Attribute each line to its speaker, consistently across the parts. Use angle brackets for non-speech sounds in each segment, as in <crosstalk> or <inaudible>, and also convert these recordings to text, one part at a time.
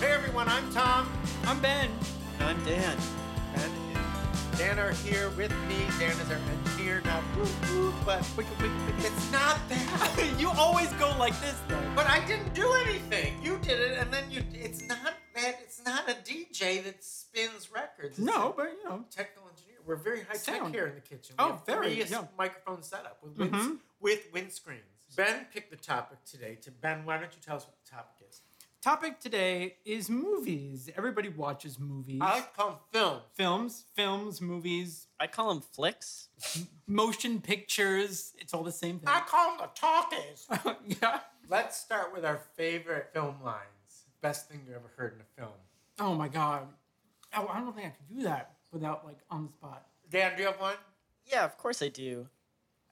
Speaker 1: Hey everyone, I'm Tom.
Speaker 2: I'm Ben.
Speaker 3: And I'm Dan.
Speaker 1: And Dan are here with me. Dan is our engineer, not woo woo, but wicka wicka wicka. It's not that.
Speaker 2: <laughs> you always go like this though.
Speaker 1: But I didn't do anything. You did it, and then you. It's not that. It's not a DJ that spins records. It's
Speaker 2: No, but you know,
Speaker 1: a technical engineer. We're very high tech
Speaker 2: Sound.
Speaker 1: here in the kitchen.
Speaker 2: Oh,
Speaker 1: we have
Speaker 2: very,
Speaker 1: various
Speaker 2: yeah. Mm-hmm.
Speaker 1: microphone setup with wind, with wind screens. Ben picked the topic today. To Ben, why don't you tell us what the topic is?
Speaker 2: topic today is movies. Everybody watches movies.
Speaker 1: I like to call them films.
Speaker 2: films, films, movies,
Speaker 3: I call them flicks.
Speaker 2: motion pictures. It's all the same
Speaker 1: I
Speaker 2: thing.
Speaker 1: call them the talkies.
Speaker 2: <laughs> yeah.
Speaker 1: Let's start with our favorite film lines. Best thing you ever heard in a film.
Speaker 2: Oh my god. Oh, I don't think I could do that without like on the spot.
Speaker 1: Dan, do you have one?
Speaker 3: Yeah, of course I do.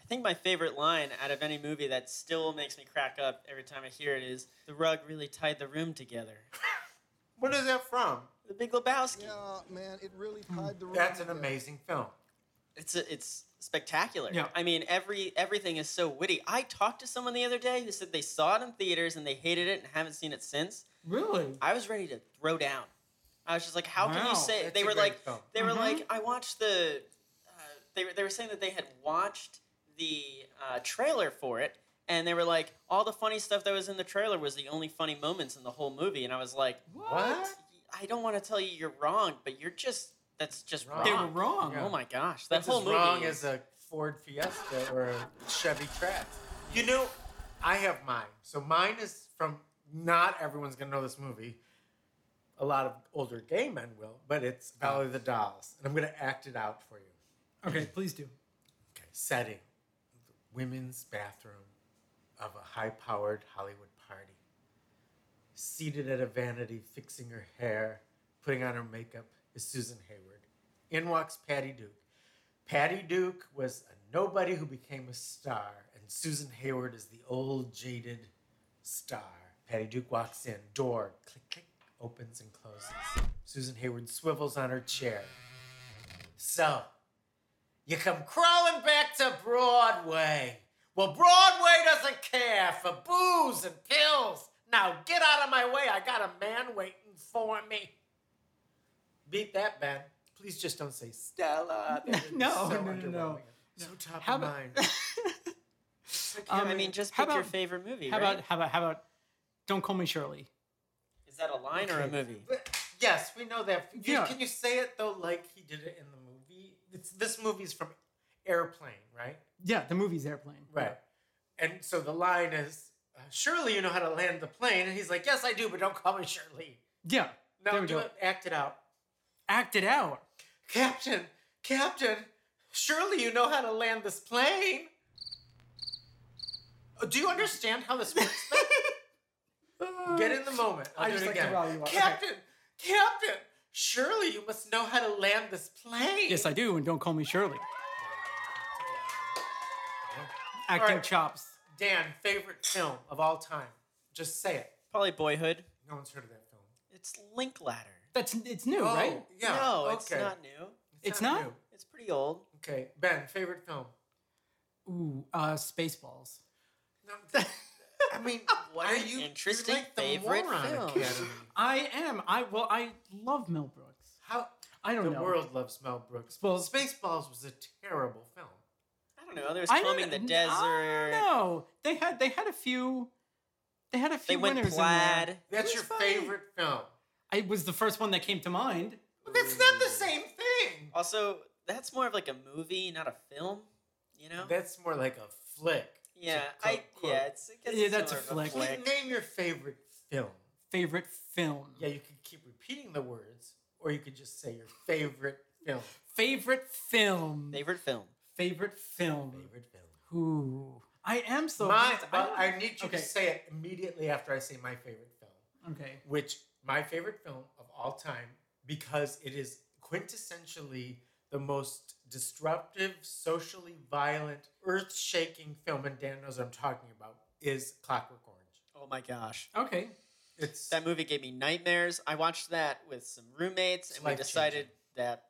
Speaker 3: I think my favorite line out of any movie that still makes me crack up every time I hear it is the rug really tied the room together.
Speaker 1: What is that from?
Speaker 3: The Big Lebowski.
Speaker 4: Yeah, man, it really tied the.
Speaker 1: Hmm. That's an
Speaker 4: room.
Speaker 1: amazing film.
Speaker 3: It's a, it's spectacular.
Speaker 2: Yeah.
Speaker 3: I mean, every everything is so witty. I talked to someone the other day who said they saw it in theaters and they hated it and haven't seen it since.
Speaker 2: Really?
Speaker 3: I was ready to throw down. I was just like, how can
Speaker 2: Wow,
Speaker 3: you say?
Speaker 1: that's
Speaker 3: They
Speaker 1: a
Speaker 3: were
Speaker 1: great
Speaker 3: like,
Speaker 1: film.
Speaker 3: they were
Speaker 2: Mhm.
Speaker 3: like, I watched the. Uh, they were they were saying that they had watched the uh, trailer for it, and they were like, all the funny stuff that was in the trailer was the only funny moments in the whole movie, and I was like,
Speaker 1: What?
Speaker 3: I don't want to tell you you're wrong, but you're just that's just
Speaker 1: Wrong.
Speaker 3: wrong.
Speaker 2: They were wrong.
Speaker 1: Yeah.
Speaker 3: Oh my gosh, that
Speaker 1: That's
Speaker 3: whole
Speaker 1: as
Speaker 3: movie.
Speaker 1: wrong as a Ford Fiesta or a Chevy Trax. You know, I have mine. So mine is from not everyone's gonna know this movie. A lot of older gay men will, but it's Valley of the Dolls, and I'm gonna act it out for you.
Speaker 2: Okay, please do.
Speaker 1: Okay, setting the women's bathroom of a high powered Hollywood party. Seated at a vanity, fixing her hair, putting on her makeup, is Susan Hayward. In walks Patty Duke. Patty Duke was a nobody who became a star, and Susan Hayward is the old jaded star. Patty Duke walks in, door click, click, opens and closes. Susan Hayward swivels on her chair. So, you come crawling back to Broadway. Well, Broadway doesn't care for booze and pills. Now get out of my way. I got a man waiting for me. Beat that, Ben. Please just don't say Stella. That would be
Speaker 2: <laughs> No,
Speaker 1: so
Speaker 2: no, no, no.
Speaker 1: underwhelming. So top
Speaker 2: How
Speaker 1: of
Speaker 2: about-
Speaker 1: mind.
Speaker 2: <laughs>
Speaker 3: Yeah, I
Speaker 2: Um,
Speaker 3: mean, just
Speaker 2: how
Speaker 3: pick your
Speaker 2: about-
Speaker 3: favorite movie.
Speaker 2: How
Speaker 3: right?
Speaker 2: about how about how about don't call me Shirley?
Speaker 3: is that a line or a movie?
Speaker 1: But- yes, we know that. You-
Speaker 2: Yeah.
Speaker 1: Can you say it though, like he did it in the movie? It's, this movie's from Airplane, right?
Speaker 2: Yeah, the movie's airplane.
Speaker 1: Right. And so the line is, uh, "Surely you know how to land the plane," and he's like, "Yes, I do, but don't call me Shirley."
Speaker 2: Yeah. there
Speaker 1: No,
Speaker 2: we
Speaker 1: do
Speaker 2: go.
Speaker 1: it. Act it out,
Speaker 2: Act it out.
Speaker 1: Captain. Captain, surely you know how to land this plane. Uh, Do you understand how this works?
Speaker 2: <laughs>
Speaker 1: Ben? Get in the moment. I'll
Speaker 2: I
Speaker 1: do
Speaker 2: just
Speaker 1: it
Speaker 2: like to
Speaker 1: again.
Speaker 2: rally you up. Okay.
Speaker 1: Captain, Captain, surely you must know how to land this plane.
Speaker 2: Yes, I do, and don't call me Shirley. Acting
Speaker 1: right.
Speaker 2: chops.
Speaker 1: Dan, favorite film of all time. Just say it.
Speaker 3: Probably Boyhood.
Speaker 1: No one's heard of that film.
Speaker 3: It's Linklater.
Speaker 2: That's it's new,
Speaker 1: Oh,
Speaker 2: right?
Speaker 1: Yeah.
Speaker 3: No,
Speaker 1: okay.
Speaker 3: it's not new.
Speaker 2: It's not?
Speaker 1: new.
Speaker 3: It's pretty old.
Speaker 1: Okay. Ben, favorite film?
Speaker 2: Ooh, uh, Spaceballs.
Speaker 1: No, I mean,
Speaker 3: What
Speaker 1: are
Speaker 3: an
Speaker 1: you,
Speaker 3: interesting
Speaker 1: you're like the
Speaker 3: favorite
Speaker 1: moron
Speaker 3: film.
Speaker 1: Academy.
Speaker 2: I am. I well, I love Mel Brooks.
Speaker 1: How
Speaker 2: I don't
Speaker 1: the
Speaker 2: know.
Speaker 1: world loves Mel Brooks.
Speaker 2: Well-
Speaker 1: Spaceballs was a terrible film.
Speaker 3: I don't know. There was
Speaker 2: I
Speaker 3: Combing the
Speaker 2: don't-
Speaker 3: Desert.
Speaker 2: No, they had they had a few. They had a
Speaker 3: They
Speaker 2: few
Speaker 3: went
Speaker 2: winners. In
Speaker 3: plaid.
Speaker 2: there.
Speaker 1: That's
Speaker 2: It
Speaker 1: your
Speaker 2: was fine.
Speaker 1: favorite film.
Speaker 2: It was the first one that came to mind.
Speaker 1: But that's not the same thing.
Speaker 3: Also, that's more of like a movie, not a film. You know?
Speaker 1: That's more like a flick. to
Speaker 3: yeah.
Speaker 1: co-
Speaker 3: I
Speaker 1: quote.
Speaker 3: yeah. It's I guess
Speaker 2: Yeah,
Speaker 3: it's
Speaker 2: that's a
Speaker 3: sort of
Speaker 2: flick.
Speaker 1: Wait, Name your favorite film.
Speaker 2: Favorite film.
Speaker 1: Yeah, you could keep repeating the words, or you could just say your favorite film.
Speaker 2: Favorite film.
Speaker 3: Favorite film.
Speaker 2: Favorite film.
Speaker 1: Favorite film.
Speaker 2: Ooh, I am so.
Speaker 1: my,
Speaker 2: blessed.
Speaker 1: well,
Speaker 2: I
Speaker 1: I need you
Speaker 2: okay.
Speaker 1: to say it immediately after I say my favorite film,
Speaker 2: don't- okay.
Speaker 1: which my favorite film of all time because it is quintessentially the most disruptive, socially violent, earth-shaking film, and Dan knows what I'm talking about, is Clockwork Orange.
Speaker 3: Oh my gosh.
Speaker 2: Okay.
Speaker 1: It's
Speaker 3: That movie gave me nightmares. I watched that with some roommates,
Speaker 1: It's
Speaker 3: and we decided
Speaker 1: life-changing.
Speaker 3: that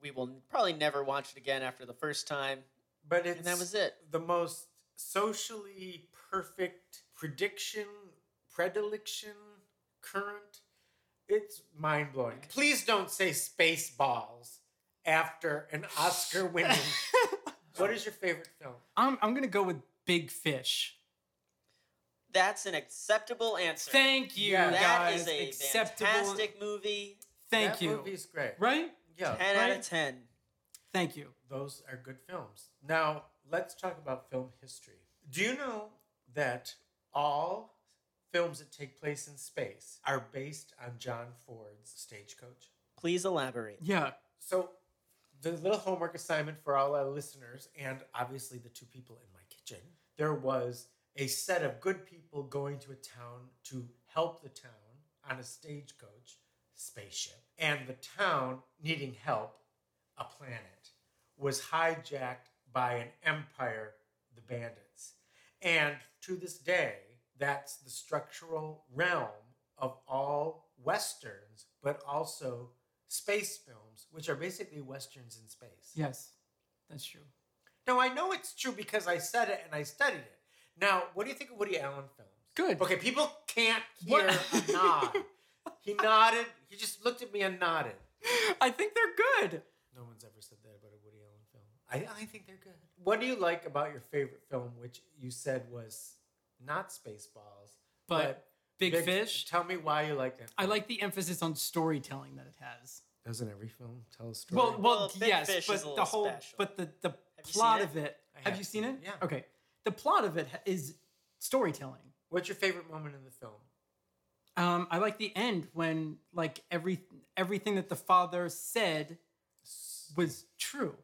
Speaker 3: we will probably never watch it again after the first time.
Speaker 1: but it's
Speaker 3: and that was it.
Speaker 1: the most socially perfect prediction, predilection, current It's mind blowing. Please don't say Spaceballs after an Oscar winning.
Speaker 3: <laughs>
Speaker 1: what is your favorite film?
Speaker 2: I'm, I'm gonna go with Big Fish.
Speaker 3: That's an acceptable answer.
Speaker 2: Thank you,
Speaker 1: Yeah.
Speaker 3: That
Speaker 2: guys.
Speaker 3: is a
Speaker 2: Acceptable.
Speaker 3: fantastic movie.
Speaker 2: Thank
Speaker 1: that
Speaker 2: you.
Speaker 1: movie's great.
Speaker 2: Right?
Speaker 1: Yeah,
Speaker 3: Ten out
Speaker 2: Right?
Speaker 3: of ten.
Speaker 2: Thank you.
Speaker 1: those are good films. Now let's talk about film history. Do you know that all films that take place in space are based on John Ford's Stagecoach?
Speaker 3: Please elaborate.
Speaker 2: Yeah.
Speaker 1: So, the little homework assignment for all our listeners, and obviously the two people in my kitchen, there was a set of good people going to a town to help the town on a stagecoach spaceship, and the town needing help, a planet, was hijacked by an empire, the bandits. And to this day, that's the structural realm of all Westerns, but also space films, which are basically Westerns in space.
Speaker 2: Yes. That's true.
Speaker 1: Now, I know it's true because I said it and I studied it. Now, what do you think of Woody Allen films?
Speaker 2: Good.
Speaker 1: Okay, people can't hear
Speaker 2: What?
Speaker 1: a
Speaker 2: <laughs>
Speaker 1: nod. He nodded. He just looked at me and nodded.
Speaker 2: I think they're good.
Speaker 1: No one's ever said that about a Woody Allen film. I, I think they're good. What do you like about your favorite film, which you said was not Spaceballs,
Speaker 2: But Big, Fish.
Speaker 1: Tell me why you like that.
Speaker 2: I
Speaker 1: film.
Speaker 2: like the emphasis on storytelling that it has.
Speaker 1: Doesn't every film tell a story?
Speaker 2: Well, well,
Speaker 3: Well, Big
Speaker 2: yes,
Speaker 3: Fish
Speaker 2: but
Speaker 3: is a
Speaker 2: the
Speaker 3: little
Speaker 2: whole,
Speaker 3: special.
Speaker 2: but the the
Speaker 3: you
Speaker 2: plot
Speaker 3: seen
Speaker 2: of it.
Speaker 1: I
Speaker 2: Have
Speaker 1: have
Speaker 2: you seen
Speaker 1: seen
Speaker 2: it?
Speaker 1: it, yeah.
Speaker 2: Okay. The plot of it ha- is storytelling.
Speaker 1: what's your favorite moment in the film?
Speaker 2: Um, I like the end when like every everything that the father said was true.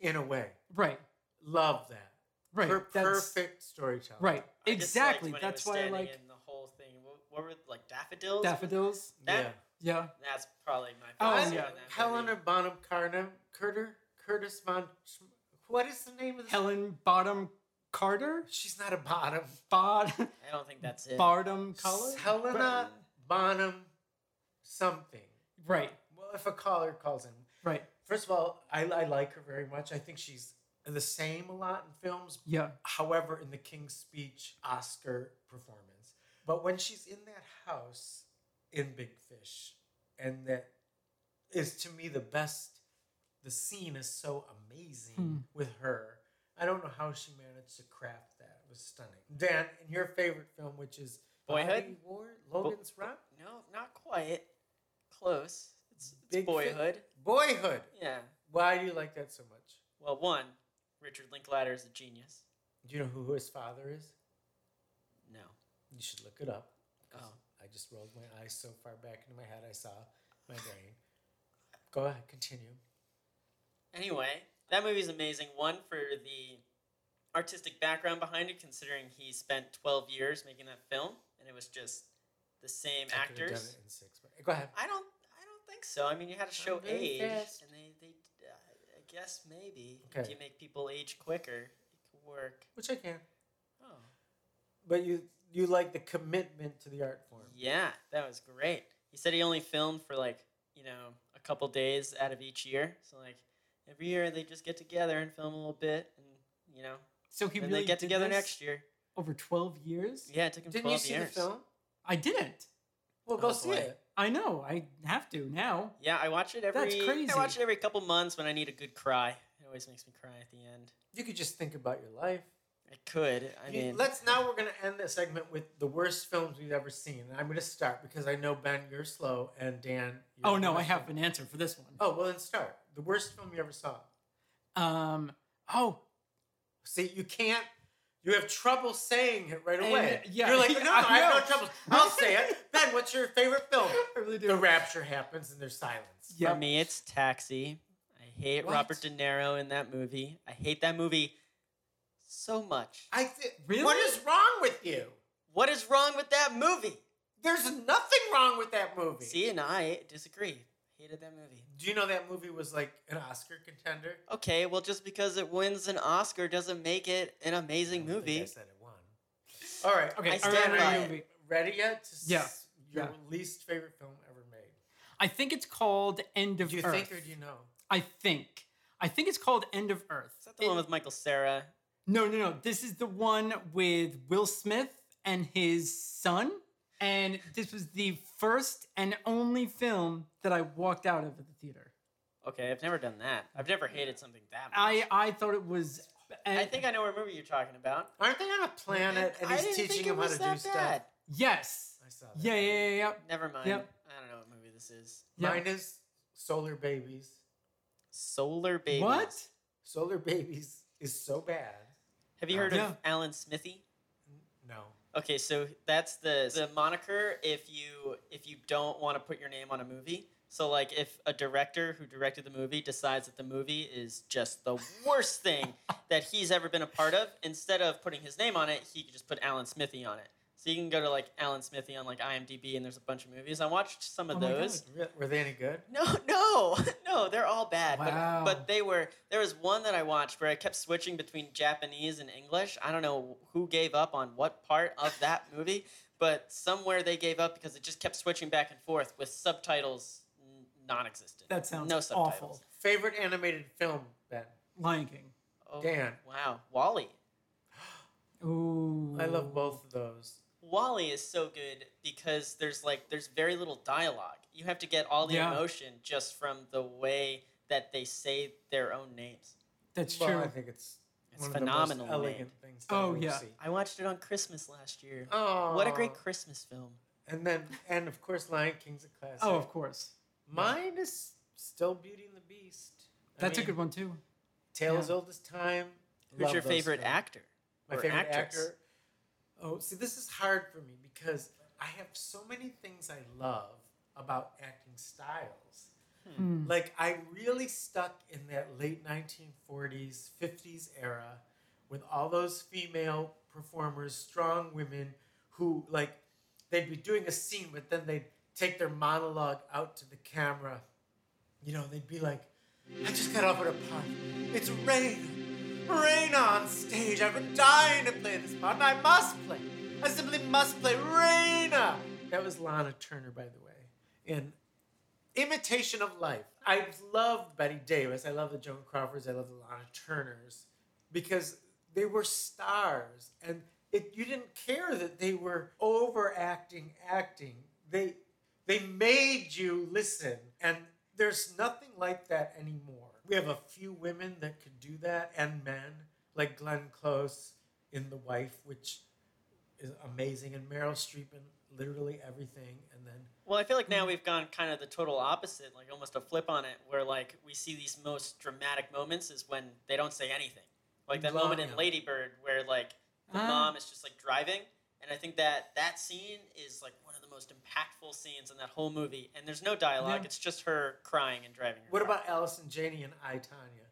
Speaker 1: In a way,
Speaker 2: Right.
Speaker 1: love that.
Speaker 2: Right.
Speaker 1: Per-
Speaker 2: that's-
Speaker 1: perfect storytelling.
Speaker 2: Right.
Speaker 3: I disliked
Speaker 2: exactly.
Speaker 3: when he
Speaker 2: That's
Speaker 3: was
Speaker 2: why I
Speaker 3: standing
Speaker 2: like
Speaker 3: in the whole thing. What, what were like daffodils?
Speaker 2: daffodils.
Speaker 1: Yeah.
Speaker 3: That-
Speaker 2: Yeah.
Speaker 3: That's probably my
Speaker 2: Oh,
Speaker 1: I
Speaker 3: favorite.
Speaker 1: like
Speaker 2: yeah.
Speaker 3: in that
Speaker 1: Helena
Speaker 3: movie.
Speaker 1: Bonham Carter, Curter, Curtis Von. What is the name of the?
Speaker 2: Helen Bottom Carter.
Speaker 1: She's not a bottom.
Speaker 2: Bod
Speaker 3: I don't think that's it.
Speaker 2: <laughs> Bottom Collar.
Speaker 1: Helena Bonham, something.
Speaker 2: Right.
Speaker 1: Well, if a caller calls in,
Speaker 2: Right.
Speaker 1: first of all, I, I like her very much. I think she's the same a lot in films.
Speaker 2: Yeah.
Speaker 1: However, in the King's Speech Oscar performance, but when she's in that house in Big Fish, and that is to me the best. The scene is so amazing
Speaker 2: Hmm.
Speaker 1: with her. I don't know how she managed to craft that. It was stunning. Dan, in your favorite film, which is
Speaker 3: Boyhood?
Speaker 1: Body War, Logan's Run,
Speaker 3: No, not quite. Close. It's, it's
Speaker 1: Big Fi-
Speaker 3: boyhood.
Speaker 1: Boyhood.
Speaker 3: Yeah.
Speaker 1: Why do you like that so much?
Speaker 3: Well, one, Richard Linklater is a genius.
Speaker 1: Do you know who his father is?
Speaker 3: No.
Speaker 1: You should look it up. 'cause
Speaker 3: Oh.
Speaker 1: I just rolled my eyes so far back into my head I saw my brain. Go ahead, continue.
Speaker 3: Anyway, that movie's amazing. One for the artistic background behind it, considering he spent 12 years making that film, and it was just the same
Speaker 1: I could've done
Speaker 3: actors.
Speaker 1: it in six, but- Go ahead.
Speaker 3: I don't. I don't think so. I mean, you had to show
Speaker 1: I'm very
Speaker 3: age,
Speaker 1: fast.
Speaker 3: and they. They. uh, I I guess maybe if
Speaker 1: Okay.
Speaker 3: you make people age quicker, it could work.
Speaker 1: Which I can.
Speaker 3: Oh.
Speaker 1: But you you like the commitment to the art form.
Speaker 3: Yeah, that was great. He said he only filmed for like you know a couple days out of each year. So like every year they just get together and film a little bit, and you know
Speaker 2: So he
Speaker 3: then
Speaker 2: really
Speaker 3: they get
Speaker 2: did
Speaker 3: together
Speaker 2: this
Speaker 3: next year.
Speaker 2: over twelve years.
Speaker 3: Yeah, it took him
Speaker 1: Didn't you
Speaker 3: twelve
Speaker 1: see
Speaker 3: years.
Speaker 1: the film?
Speaker 2: I didn't.
Speaker 1: Well, go
Speaker 3: Oh,
Speaker 1: see
Speaker 3: boy.
Speaker 1: it.
Speaker 2: I know. I have to now.
Speaker 3: Yeah, I watch it every.
Speaker 2: That's
Speaker 3: I watch
Speaker 2: crazy.
Speaker 3: it every couple months when I need a good cry. It always makes me cry at the end.
Speaker 1: You could just think about your life.
Speaker 3: I could. I
Speaker 1: You-
Speaker 3: mean,
Speaker 1: let's now we're gonna end this segment with the worst films we've ever seen. And I'm gonna start because I know Ben, you're slow, and Dan. You're
Speaker 2: Oh no, I
Speaker 1: faster.
Speaker 2: have an answer for this one.
Speaker 1: Oh well, then start the worst film you ever saw.
Speaker 2: Um. Oh.
Speaker 1: See, you can't. You have trouble saying it right
Speaker 2: And,
Speaker 1: away.
Speaker 2: yeah,
Speaker 1: You're like, no,
Speaker 2: yeah,
Speaker 1: I,
Speaker 2: I
Speaker 1: have
Speaker 2: know."
Speaker 1: no trouble. I'll say it. Ben, what's your favorite film?
Speaker 2: I really do.
Speaker 1: The rapture happens and there's silence.
Speaker 2: Yeah.
Speaker 3: for me, it's Taxi. I hate
Speaker 1: What?
Speaker 3: Robert De Niro in that movie. I hate that movie so much.
Speaker 1: I th-
Speaker 2: Really?
Speaker 1: What is wrong with you?
Speaker 3: What is wrong with that movie?
Speaker 1: There's nothing wrong with that movie.
Speaker 3: See, and I disagree. Hated that movie.
Speaker 1: Do you know that movie was like an Oscar contender?
Speaker 3: Okay, well, just because it wins an Oscar doesn't make it an amazing
Speaker 1: I don't think
Speaker 3: movie.
Speaker 1: I said it won. All right.
Speaker 2: Okay.
Speaker 3: I
Speaker 2: I
Speaker 3: stand
Speaker 2: remember
Speaker 3: by
Speaker 2: the
Speaker 3: it.
Speaker 2: movie.
Speaker 1: Ready yet? To s-
Speaker 2: Yeah,
Speaker 1: Your
Speaker 2: yeah.
Speaker 1: least favorite film ever made.
Speaker 2: I think it's called End of
Speaker 1: Do you
Speaker 2: Earth.
Speaker 1: think or do you know?
Speaker 2: I think. I think it's called End of Earth.
Speaker 3: Is that the one with Michael Sarah?
Speaker 2: No, no, no. This is the one with Will Smith and his son And this was the first and only film that I walked out of at the theater.
Speaker 3: Okay, I've never done that. I've never hated something that much.
Speaker 2: I, I thought it was.
Speaker 3: I, think I know what movie you're talking about.
Speaker 1: Aren't they on a planet and
Speaker 3: I
Speaker 1: he's
Speaker 3: didn't
Speaker 1: teaching
Speaker 3: think it
Speaker 1: him how to
Speaker 3: was
Speaker 1: do
Speaker 3: that
Speaker 1: stuff?
Speaker 3: bad.
Speaker 2: Yes.
Speaker 1: I saw that.
Speaker 2: Yeah, yeah, yeah, yeah.
Speaker 3: Never mind.
Speaker 2: Yep.
Speaker 3: I don't know what movie this is.
Speaker 2: yeah.
Speaker 1: Mine is Solar Babies.
Speaker 3: Solar Babies.
Speaker 2: What?
Speaker 1: Solar <laughs> Babies is so bad.
Speaker 3: Have you heard
Speaker 2: Yeah.
Speaker 3: of Alan Smithy?
Speaker 1: No.
Speaker 3: Okay, so that's the the moniker if you if you don't want to put your name on a movie. So like if a director who directed the movie decides that the movie is just the
Speaker 2: <laughs>
Speaker 3: worst thing that he's ever been a part of, instead of putting his name on it, he could just put Alan Smithy on it. So you can go to like Alan Smithy on like IMDb and there's a bunch of movies. I watched some of
Speaker 2: Oh my God.
Speaker 3: those.
Speaker 1: Re- Were they any good?
Speaker 3: No, <laughs> no, no, they're all bad.
Speaker 2: Wow.
Speaker 3: But, but they were, there was one that I watched where I kept switching between Japanese and English. I don't know who gave up on what part
Speaker 1: <laughs>
Speaker 3: of that movie, but somewhere they gave up because it just kept switching back and forth with subtitles n- non existent.
Speaker 2: That sounds
Speaker 3: no
Speaker 2: awful.
Speaker 3: subtitles.
Speaker 1: Favorite animated film, Ben?
Speaker 2: Lion King.
Speaker 3: Oh,
Speaker 1: Dan.
Speaker 3: Wow. Wally.
Speaker 2: Ooh.
Speaker 1: I love both of those.
Speaker 3: Wally is so good because there's like there's very little dialogue. You have to get all the
Speaker 2: Yeah.
Speaker 3: emotion just from the way that they say their own names.
Speaker 2: That's
Speaker 1: Well,
Speaker 2: true.
Speaker 1: I think it's,
Speaker 3: It's
Speaker 1: one
Speaker 3: phenomenal,
Speaker 1: of the most elegant things to
Speaker 2: Oh,
Speaker 1: ever
Speaker 2: yeah.
Speaker 1: see.
Speaker 3: I watched it on Christmas last year.
Speaker 1: Oh,
Speaker 3: What a great Christmas film.
Speaker 1: And then, and of course, Lion King's a classic.
Speaker 2: oh, of course.
Speaker 1: Mine is still Beauty and the Beast. I
Speaker 2: That's
Speaker 1: mean,
Speaker 2: a good one too.
Speaker 1: Tale
Speaker 2: yeah.
Speaker 1: as old as time.
Speaker 3: Who's
Speaker 1: Love
Speaker 3: your
Speaker 1: those
Speaker 3: favorite
Speaker 1: films.
Speaker 3: actor?
Speaker 1: My
Speaker 3: or
Speaker 1: favorite
Speaker 3: actress?
Speaker 1: actor. Oh, see, this is hard for me because I have so many things I love about acting styles.
Speaker 2: Hmm.
Speaker 1: Like I really stuck in that late 1940s, 50s era with all those female performers, strong women who like they'd be doing a scene but then they'd take their monologue out to the camera. You know, they'd be like, I just got off at a party. It's rain. Rain on stage. I've been dying to play this part, and I must play. I simply must play Raina. That was Lana Turner, by the way. In Imitation of Life. I love Betty Davis. I love the Joan Crawfords. I love the Lana Turners because they were stars, and it, you didn't care that they were overacting, acting. They they made you listen, and there's nothing like that anymore. We have a few women that could do that, and men like Glenn Close in The Wife, which is amazing, and Meryl Streep in literally everything, and then
Speaker 3: Well, I feel like
Speaker 1: Mm-hmm.
Speaker 3: now we've gone kind of the total opposite, like almost a flip on it, where like we see these most dramatic moments is when they don't say anything. Like that moment in
Speaker 1: Yeah.
Speaker 3: Lady Bird where like the
Speaker 2: Ah.
Speaker 3: mom is just like driving, and I think that that scene is like one of the most impactful scenes in that whole movie. And there's no dialogue;
Speaker 2: Yeah.
Speaker 3: it's just her crying and driving. Her
Speaker 1: What
Speaker 3: car.
Speaker 1: about Allison Janney and I Tanya?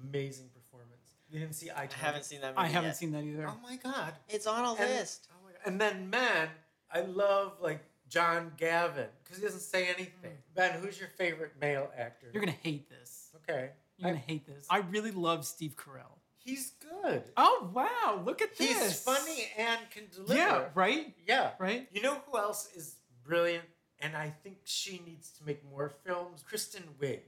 Speaker 1: Amazing performance. You didn't see I Tanya?
Speaker 3: I haven't seen that. Movie
Speaker 2: I haven't
Speaker 3: yet.
Speaker 2: seen that either.
Speaker 1: Oh my god.
Speaker 3: It's on a
Speaker 1: And-
Speaker 3: list.
Speaker 1: oh my God. And then men, I love like John Gavin because he doesn't say anything. Ben, who's your favorite male actor?
Speaker 2: You're gonna hate this.
Speaker 1: okay.
Speaker 2: You're gonna
Speaker 1: I-
Speaker 2: hate this. I really love Steve Carell.
Speaker 1: he's good.
Speaker 2: Oh wow! Look at
Speaker 1: He's
Speaker 2: this.
Speaker 1: funny and can deliver.
Speaker 2: Yeah. Right.
Speaker 1: Yeah.
Speaker 2: Right.
Speaker 1: You know who else is brilliant? And I think she needs to make more films. Kristen Wiig.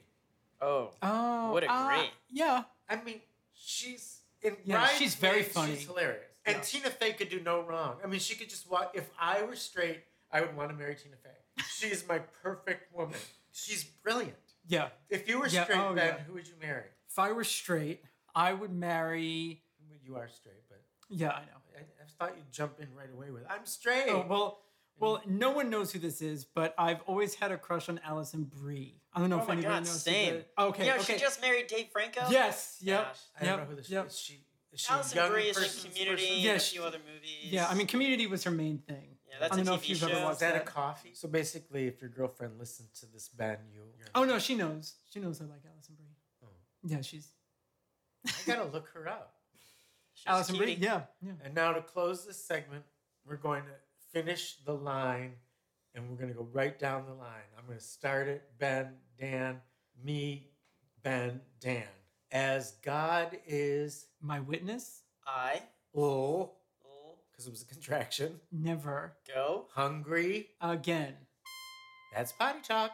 Speaker 3: Oh,
Speaker 2: Oh.
Speaker 3: What a
Speaker 2: uh,
Speaker 3: great-
Speaker 2: yeah.
Speaker 1: I mean, she's in
Speaker 2: Yeah,
Speaker 1: Ryan's
Speaker 2: she's very
Speaker 1: Way,
Speaker 2: funny.
Speaker 1: She's hilarious. And
Speaker 2: Yeah.
Speaker 1: Tina Fey could do no wrong. I mean, she could just walk. If I were straight, I would want to marry Tina
Speaker 2: <laughs>
Speaker 1: Fey. She's my perfect woman. She's brilliant.
Speaker 2: Yeah.
Speaker 1: If you were
Speaker 2: Yeah,
Speaker 1: straight,
Speaker 2: oh,
Speaker 1: Ben,
Speaker 2: yeah.
Speaker 1: who would you marry?
Speaker 2: If I were straight, I would marry.
Speaker 1: Well, You are straight, but
Speaker 2: Yeah, I know.
Speaker 1: I, I thought you'd jump in right away with, I'm straight.
Speaker 2: Oh, well, well, no one knows who this is, but I've always had a crush on Allison Brie. I don't know
Speaker 3: oh
Speaker 2: if
Speaker 3: my
Speaker 2: anybody
Speaker 3: God,
Speaker 2: knows.
Speaker 3: same.
Speaker 2: Who the, okay.
Speaker 3: You know,
Speaker 2: okay.
Speaker 3: she just married Dave Franco.
Speaker 2: yes. Yep.
Speaker 3: Gosh.
Speaker 1: I don't
Speaker 2: yep,
Speaker 1: know who this
Speaker 2: yep.
Speaker 1: is. She, is she a
Speaker 3: Alison
Speaker 1: young
Speaker 3: Grey is
Speaker 1: person's
Speaker 3: in Community
Speaker 1: person?
Speaker 2: Yeah,
Speaker 3: and a
Speaker 2: she-
Speaker 3: few other movies.
Speaker 2: Yeah. I mean, Community was her main thing.
Speaker 3: Yeah, that's
Speaker 2: I
Speaker 3: a
Speaker 2: don't know if
Speaker 3: TV
Speaker 2: you've
Speaker 3: show.
Speaker 2: ever watched
Speaker 1: Is that a
Speaker 2: that.
Speaker 1: coffee? So basically, if your girlfriend listens to this, Ben, you. You're
Speaker 2: Oh no, she knows. She knows I like Allison Brie.
Speaker 1: Oh.
Speaker 2: Yeah, she's
Speaker 1: I gotta look her up.
Speaker 2: <laughs>
Speaker 3: She's
Speaker 2: Allison
Speaker 3: a
Speaker 2: Brie.
Speaker 3: cutie.
Speaker 2: Yeah, yeah.
Speaker 1: And now to close this segment, we're going to finish the line and we're going to go right down the line. I'm going to start it Ben, Dan, me, Ben, Dan. As God is,
Speaker 2: My witness
Speaker 3: I
Speaker 1: oh,
Speaker 3: will
Speaker 1: because it was a contraction,
Speaker 2: never
Speaker 3: go.
Speaker 1: hungry.
Speaker 2: again.
Speaker 1: That's potty talk.